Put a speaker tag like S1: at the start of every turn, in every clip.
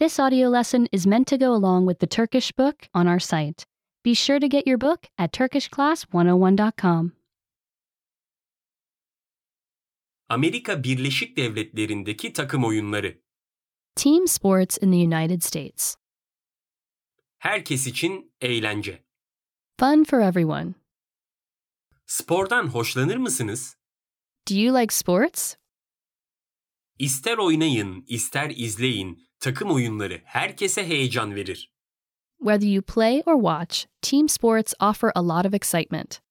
S1: This audio lesson is meant to go along with the Turkish book on our site. Be sure to get your book at turkishclass101.com.
S2: Amerika Birleşik Devletleri'ndeki takım oyunları.
S1: Team sports in the United States.
S2: Herkes için eğlence.
S1: Fun for everyone.
S2: Spordan hoşlanır mısınız?
S1: Do you like sports?
S2: İster oynayın, ister izleyin, takım oyunları herkese heyecan verir.
S1: Whether you play or watch, team sports offer a lot of excitement.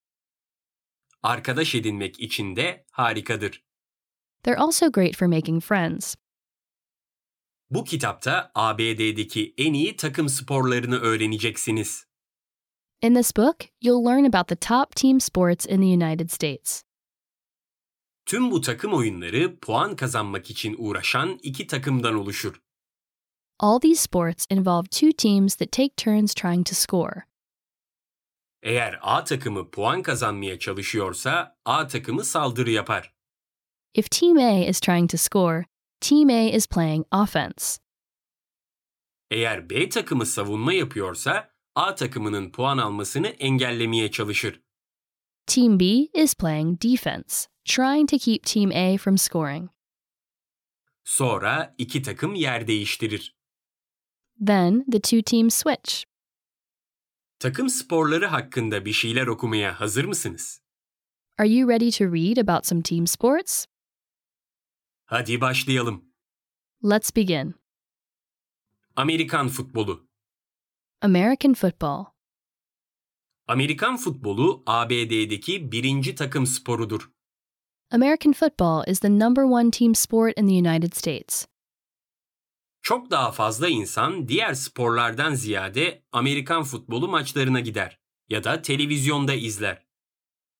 S2: Arkadaş edinmek için de harikadır.
S1: They're also great for making friends.
S2: Bu kitapta ABD'deki en iyi takım sporlarını öğreneceksiniz.
S1: In this book, you'll learn about the top team sports in the United States.
S2: Tüm bu takım oyunları puan kazanmak için uğraşan iki takımdan oluşur.
S1: All these sports involve two teams that take turns trying to score.
S2: Eğer A takımı puan kazanmaya çalışıyorsa A takımı saldırı yapar.
S1: If Team A is trying to score, Team A is playing offense.
S2: Eğer B takımı savunma yapıyorsa A takımının puan almasını engellemeye çalışır.
S1: Team B is playing defense, trying to keep Team A from scoring.
S2: Sonra iki takım yer değiştirir.
S1: Then the two teams switch.
S2: Takım sporları hakkında bir şeyler okumaya hazır mısınız?
S1: Are you ready to read about some team sports?
S2: Hadi başlayalım.
S1: Let's begin.
S2: Amerikan futbolu.
S1: American football.
S2: Amerikan futbolu ABD'deki birinci takım sporudur.
S1: American football is the number one team sport in the United States.
S2: Çok daha fazla insan diğer sporlardan ziyade Amerikan futbolu maçlarına gider ya da televizyonda izler.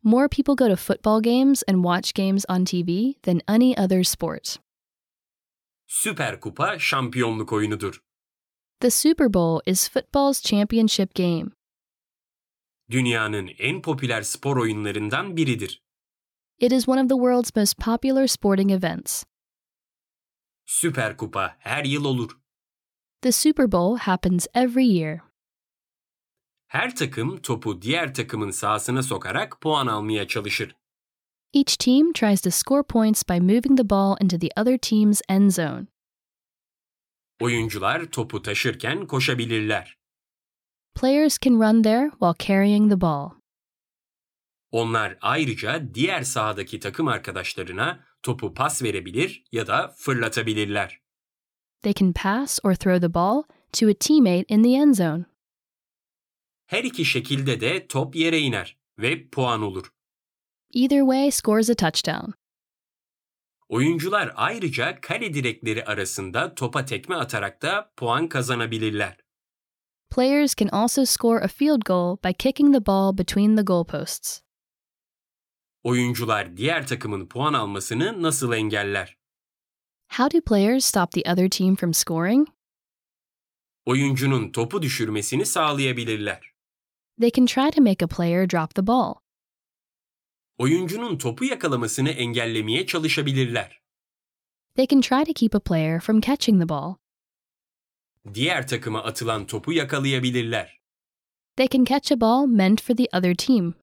S1: More people go to football games and watch games on TV than any other sport.
S2: Süper Kupa şampiyonluk oyunudur.
S1: The Super Bowl is football's championship game.
S2: Dünyanın en popüler spor oyunlarından biridir.
S1: It is one of the world's most popular sporting events.
S2: Süper Kupa her yıl olur.
S1: The Super Bowl happens every year.
S2: Her takım topu diğer takımın sahasına sokarak puan almaya çalışır.
S1: Each team tries to score points by moving the ball into the other team's end zone.
S2: Oyuncular topu taşırken koşabilirler.
S1: Players can run there while carrying the ball.
S2: Onlar ayrıca diğer sahadaki takım arkadaşlarına topu pas verebilir ya da fırlatabilirler.
S1: They can pass or throw the ball to a teammate in the end zone.
S2: Her iki şekilde de top yere iner ve puan olur.
S1: Either way scores a touchdown.
S2: Oyuncular ayrıca kale direkleri arasında topa tekme atarak da puan kazanabilirler.
S1: Players can also score a field goal by kicking the ball between the goalposts.
S2: Oyuncular diğer takımın puan almasını nasıl engeller?
S1: How do players stop the other team from scoring?
S2: Oyuncunun topu düşürmesini sağlayabilirler.
S1: They can try to make a player drop the ball.
S2: Oyuncunun topu yakalamasını engellemeye çalışabilirler.
S1: They can try to keep a player from catching the ball.
S2: Diğer takıma atılan topu yakalayabilirler.
S1: They can catch a ball meant for the other team.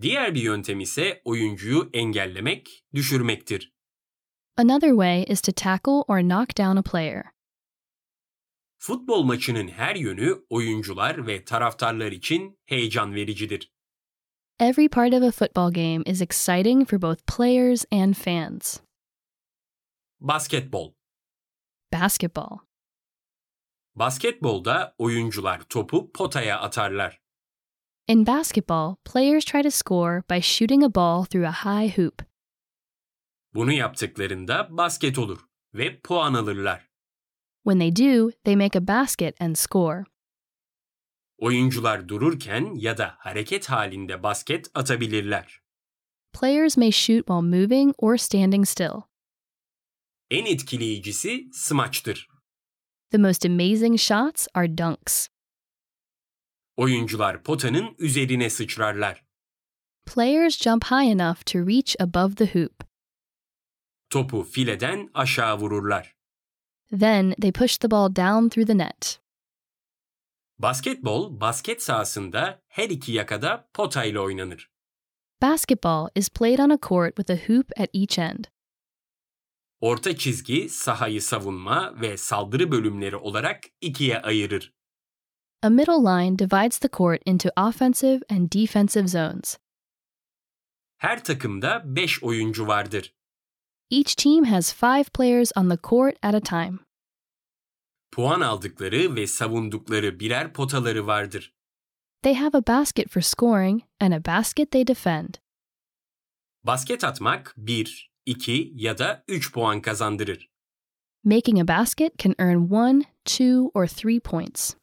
S2: Diğer bir yöntem ise oyuncuyu engellemek, düşürmektir.
S1: Another way is to tackle or knock down a player.
S2: Futbol maçının her yönü oyuncular ve taraftarlar için heyecan vericidir.
S1: Every part of a football game is exciting for both players and fans.
S2: Basketbol
S1: Basketball.
S2: Basketbolda oyuncular topu potaya atarlar.
S1: In basketball, players try to score by shooting a ball through a high hoop.
S2: Bunu yaptıklarında basket olur ve puan alırlar.
S1: When they do, they make a basket and score.
S2: Oyuncular dururken ya da hareket halinde basket atabilirler.
S1: Players may shoot while moving or standing still.
S2: En etkileyicisi smaçtır.
S1: The most amazing shots are dunks.
S2: Oyuncular potanın üzerine sıçrarlar.
S1: Players jump high enough to reach above the hoop.
S2: Topu fileden aşağı vururlar.
S1: Then they pushed the ball down through the net.
S2: Basketbol, basket sahasında her iki yakada pota ile oynanır.
S1: Basketball is played on a court with a hoop at each end.
S2: Orta çizgi sahayı savunma ve saldırı bölümleri olarak ikiye ayırır.
S1: A middle line divides the court into offensive and defensive zones.
S2: Her takımda 5 oyuncu vardır.
S1: Each team has five players on the court at a time.
S2: Puan aldıkları ve savundukları birer potaları vardır.
S1: They have a basket for scoring and a basket they defend.
S2: Basket atmak 1, 2 ya da 3 puan kazandırır.
S1: Making a basket can earn one, two, or three points.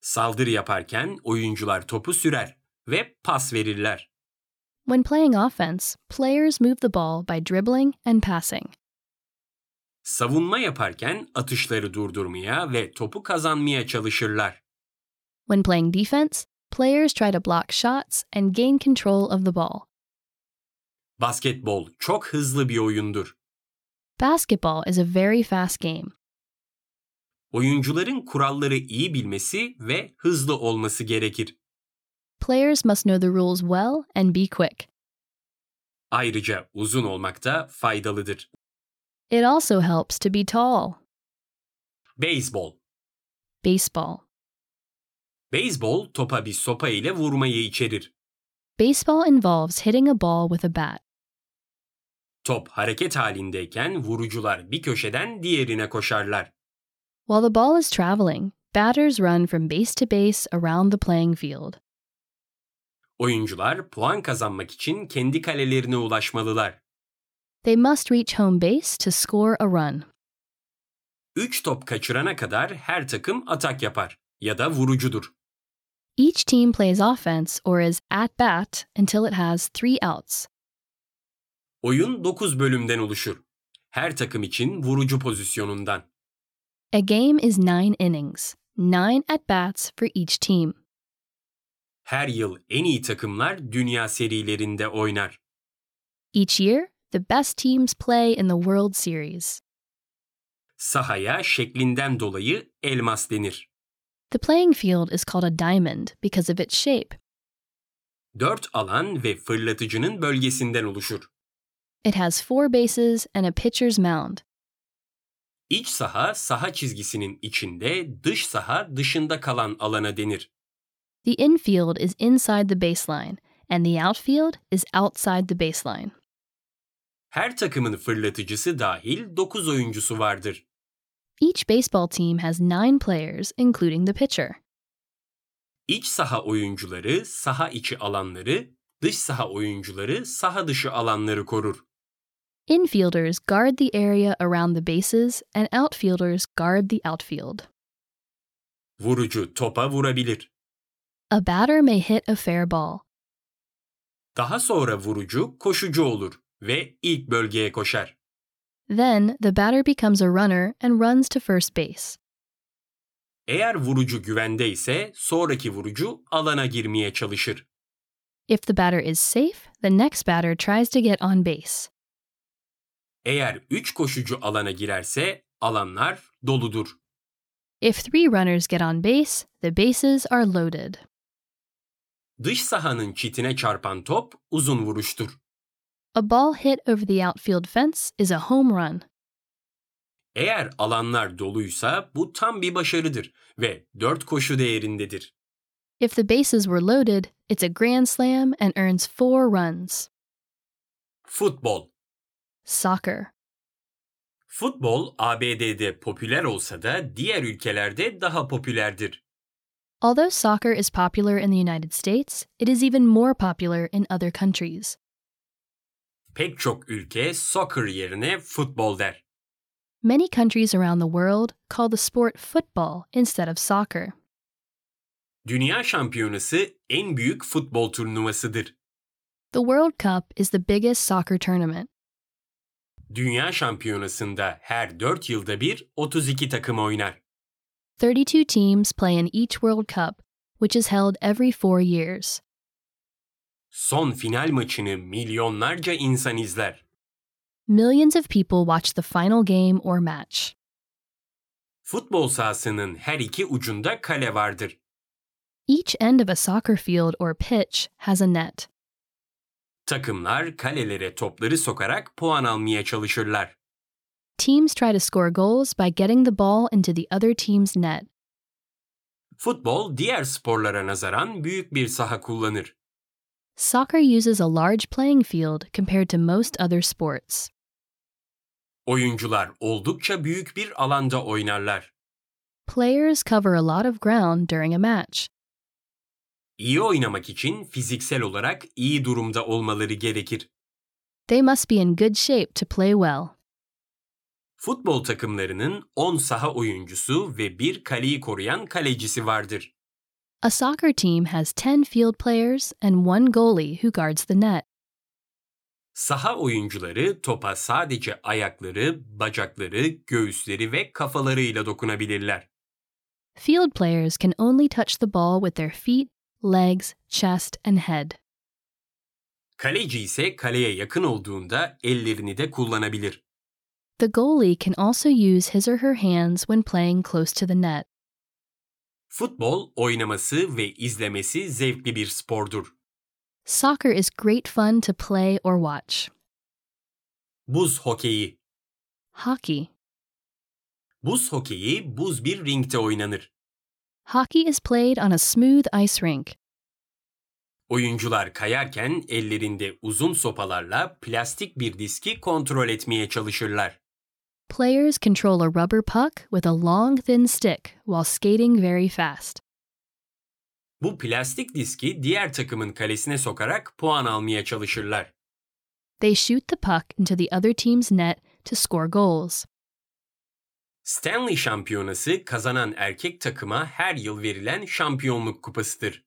S2: Saldırı yaparken oyuncular topu sürer ve pas verirler.
S1: When playing offense, players move the ball by dribbling and passing.
S2: Savunma yaparken atışları durdurmaya ve topu kazanmaya çalışırlar.
S1: When playing defense, players try to block shots and gain control of the ball.
S2: Basketbol çok hızlı bir oyundur.
S1: Basketball is a very fast game.
S2: Oyuncuların kuralları iyi bilmesi ve hızlı olması gerekir.
S1: Players must know the rules well and be quick.
S2: Ayrıca uzun olmak da faydalıdır.
S1: It also helps to be tall.
S2: Beyzbol
S1: Baseball.
S2: Beyzbol topa bir sopa ile vurmayı içerir.
S1: Baseball involves hitting a ball with a bat.
S2: Top hareket halindeyken vurucular bir köşeden diğerine koşarlar.
S1: While the ball is traveling, batters run from base to base around the playing field.
S2: Oyuncular puan kazanmak için kendi kalelerine ulaşmalılar.
S1: They must reach home base to score a run.
S2: 3 top kaçırana kadar her takım atak yapar ya da vurucudur.
S1: Each team plays offense or is at bat until it has three outs.
S2: Oyun 9 bölümden oluşur. Her takım için vurucu pozisyonundan.
S1: A game is nine innings, nine at bats for each team.
S2: Her yıl en iyi takımlar dünya serilerinde oynar.
S1: Each year, the best teams play in the World Series.
S2: Sahaya şeklinden dolayı elmas denir.
S1: The playing field is called a diamond because of its shape.
S2: 4 alan ve fırlatıcının bölgesinden oluşur.
S1: It has four bases and a pitcher's mound.
S2: İç saha saha çizgisinin içinde, dış saha dışında kalan alana denir.
S1: The infield is inside the baseline, and the outfield is outside the baseline.
S2: Her takımın fırlatıcısı dahil 9 oyuncusu vardır.
S1: Each baseball team has nine players, including the pitcher.
S2: İç saha oyuncuları saha içi alanları, dış saha oyuncuları saha dışı alanları korur.
S1: Infielders guard the area around the bases, and outfielders guard the outfield.
S2: Vurucu topa vurabilir.
S1: A batter may hit a fair ball.
S2: Daha sonra vurucu koşucu olur ve ilk bölgeye koşar.
S1: Then the batter becomes a runner and runs to first base.
S2: Eğer vurucu güvende ise sonraki vurucu alana girmeye çalışır.
S1: If the batter is safe, the next batter tries to get on base.
S2: Eğer 3 koşucu alana girerse alanlar doludur.
S1: If three runners get on base, the bases are loaded.
S2: Dış sahanın çitine çarpan top uzun vuruştur.
S1: A ball hit over the outfield fence is a home run.
S2: Eğer alanlar doluysa bu tam bir başarıdır ve 4 koşu değerindedir.
S1: If the bases were loaded, it's a grand slam and earns four runs.
S2: Futbol
S1: Soccer.
S2: Futbol ABD'de popüler olsa da diğer ülkelerde daha popülerdir.
S1: Although soccer is popular in the United States, it is even more popular in other countries.
S2: Pek çok ülke soccer yerine futbol der.
S1: Many countries around the world call the sport football instead of soccer.
S2: Dünya Şampiyonası en büyük futbol turnuvasıdır.
S1: The World Cup is the biggest soccer tournament.
S2: Dünya Şampiyonası'nda her 4 yılda bir 32 takım oynar.
S1: 32 teams play in each World Cup, which is held every four years.
S2: Son final maçını milyonlarca insan izler.
S1: Millions of people watch the final game or match.
S2: Futbol sahasının her iki ucunda kale vardır.
S1: Each end of a soccer field or pitch has a net.
S2: Takımlar kalelere topları sokarak puan almaya çalışırlar.
S1: Teams try to score goals by getting the ball into the other team's net.
S2: Futbol diğer sporlara nazaran büyük bir saha kullanır.
S1: Soccer uses a large playing field compared to most other sports.
S2: Oyuncular oldukça büyük bir alanda oynarlar.
S1: Players cover a lot of ground during a match.
S2: İyi oynamak için fiziksel olarak iyi durumda olmaları gerekir.
S1: They must be in good shape to play well.
S2: Futbol takımlarının 10 saha oyuncusu ve bir kaleyi koruyan kalecisi vardır.
S1: A soccer team has 10 field players and one goalie who guards the net.
S2: Saha oyuncuları topa sadece ayakları, bacakları, göğüsleri ve kafalarıyla dokunabilirler.
S1: Field players can only touch the ball with their feet, legs, chest, and head.
S2: Kaleci ise kaleye yakın olduğunda ellerini de kullanabilir.
S1: The goalie can also use his or her hands when playing close to the net.
S2: Futbol oynaması ve izlemesi zevkli bir spordur.
S1: Soccer is great fun to play or watch.
S2: Buz hokeyi.
S1: Hockey.
S2: Buz hokeyi buz bir ringte oynanır.
S1: Hockey is played on a smooth ice rink.
S2: Oyuncular kayarken ellerinde uzun sopalarla plastik bir diski kontrol etmeye çalışırlar.
S1: Players control a rubber puck with a long, thin stick while skating very fast.
S2: Bu plastik diski diğer takımın kalesine sokarak puan almaya çalışırlar.
S1: They shoot the puck into the other team's net to score goals.
S2: Stanley Şampiyonası kazanan erkek takıma her yıl verilen şampiyonluk kupasıdır.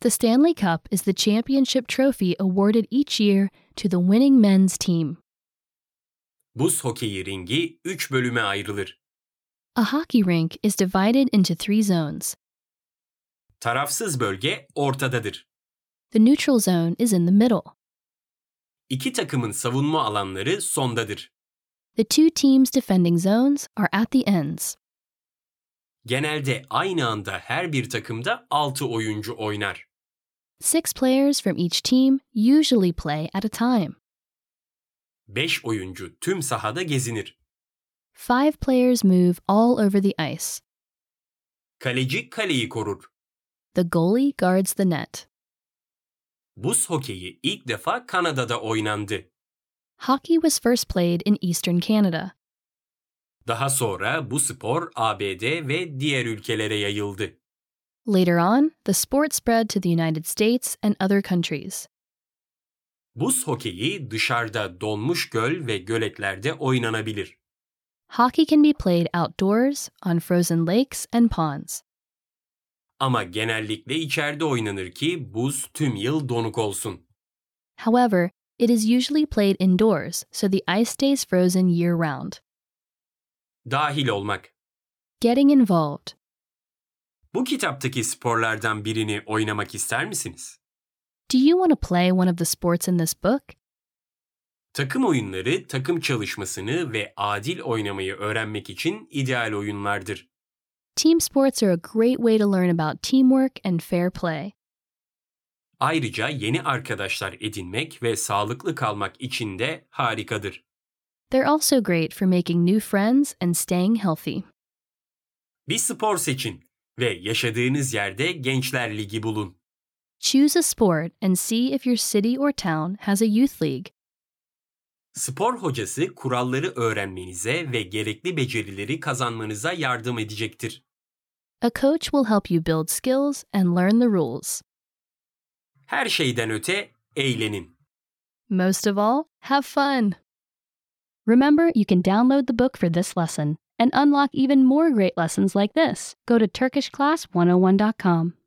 S1: The Stanley Cup is the championship trophy awarded each year to the winning men's team.
S2: Buz hokeyi ringi 3 bölüme ayrılır.
S1: A hockey rink is divided into three zones.
S2: Tarafsız bölge ortadadır.
S1: The neutral zone is in the middle.
S2: İki takımın savunma alanları sondadır.
S1: The two teams' defending zones are at the ends.
S2: Genelde aynı anda her bir takımda 6 oyuncu oynar.
S1: Six players from each team usually play at a time.
S2: 5 oyuncu tüm sahada gezinir.
S1: Five players move all over the ice.
S2: Kaleci kaleyi korur.
S1: The goalie guards the net.
S2: Buz hokeyi ilk defa Kanada'da oynandı.
S1: Hockey was first played in Eastern Canada.
S2: Daha sonra bu spor ABD ve diğer ülkelere yayıldı.
S1: Later on, the sport spread to the United States and other countries.
S2: Buz hokeyi dışarıda donmuş göl ve göletlerde oynanabilir.
S1: Hockey can be played outdoors, on frozen lakes and ponds.
S2: Ama genellikle içeride oynanır ki buz tüm yıl donuk olsun.
S1: However, it is usually played indoors, so the ice stays frozen year round.
S2: Dahil olmak.
S1: Getting involved.
S2: Bu kitaptaki sporlardan birini oynamak ister misiniz?
S1: Do you want to play one of the sports in this book?
S2: Takım oyunları takım çalışmasını ve adil oynamayı öğrenmek için ideal oyunlardır.
S1: Team sports are a great way to learn about teamwork and fair play.
S2: Ayrıca yeni arkadaşlar edinmek ve sağlıklı kalmak için de harikadır.
S1: They're also great for making new friends and staying healthy.
S2: Bir spor seçin ve yaşadığınız yerde Gençler Ligi bulun.
S1: Choose a sport and see if your city or town has a youth league.
S2: Spor hocası kuralları öğrenmenize ve gerekli becerileri kazanmanıza yardım edecektir.
S1: A coach will help you build skills and learn the rules.
S2: Her şeyden öte eğlenin.
S1: Most of all, have fun.
S3: Remember, you can download the book for this oh lesson and unlock even more great lessons like this. Go to TurkishClass101.com.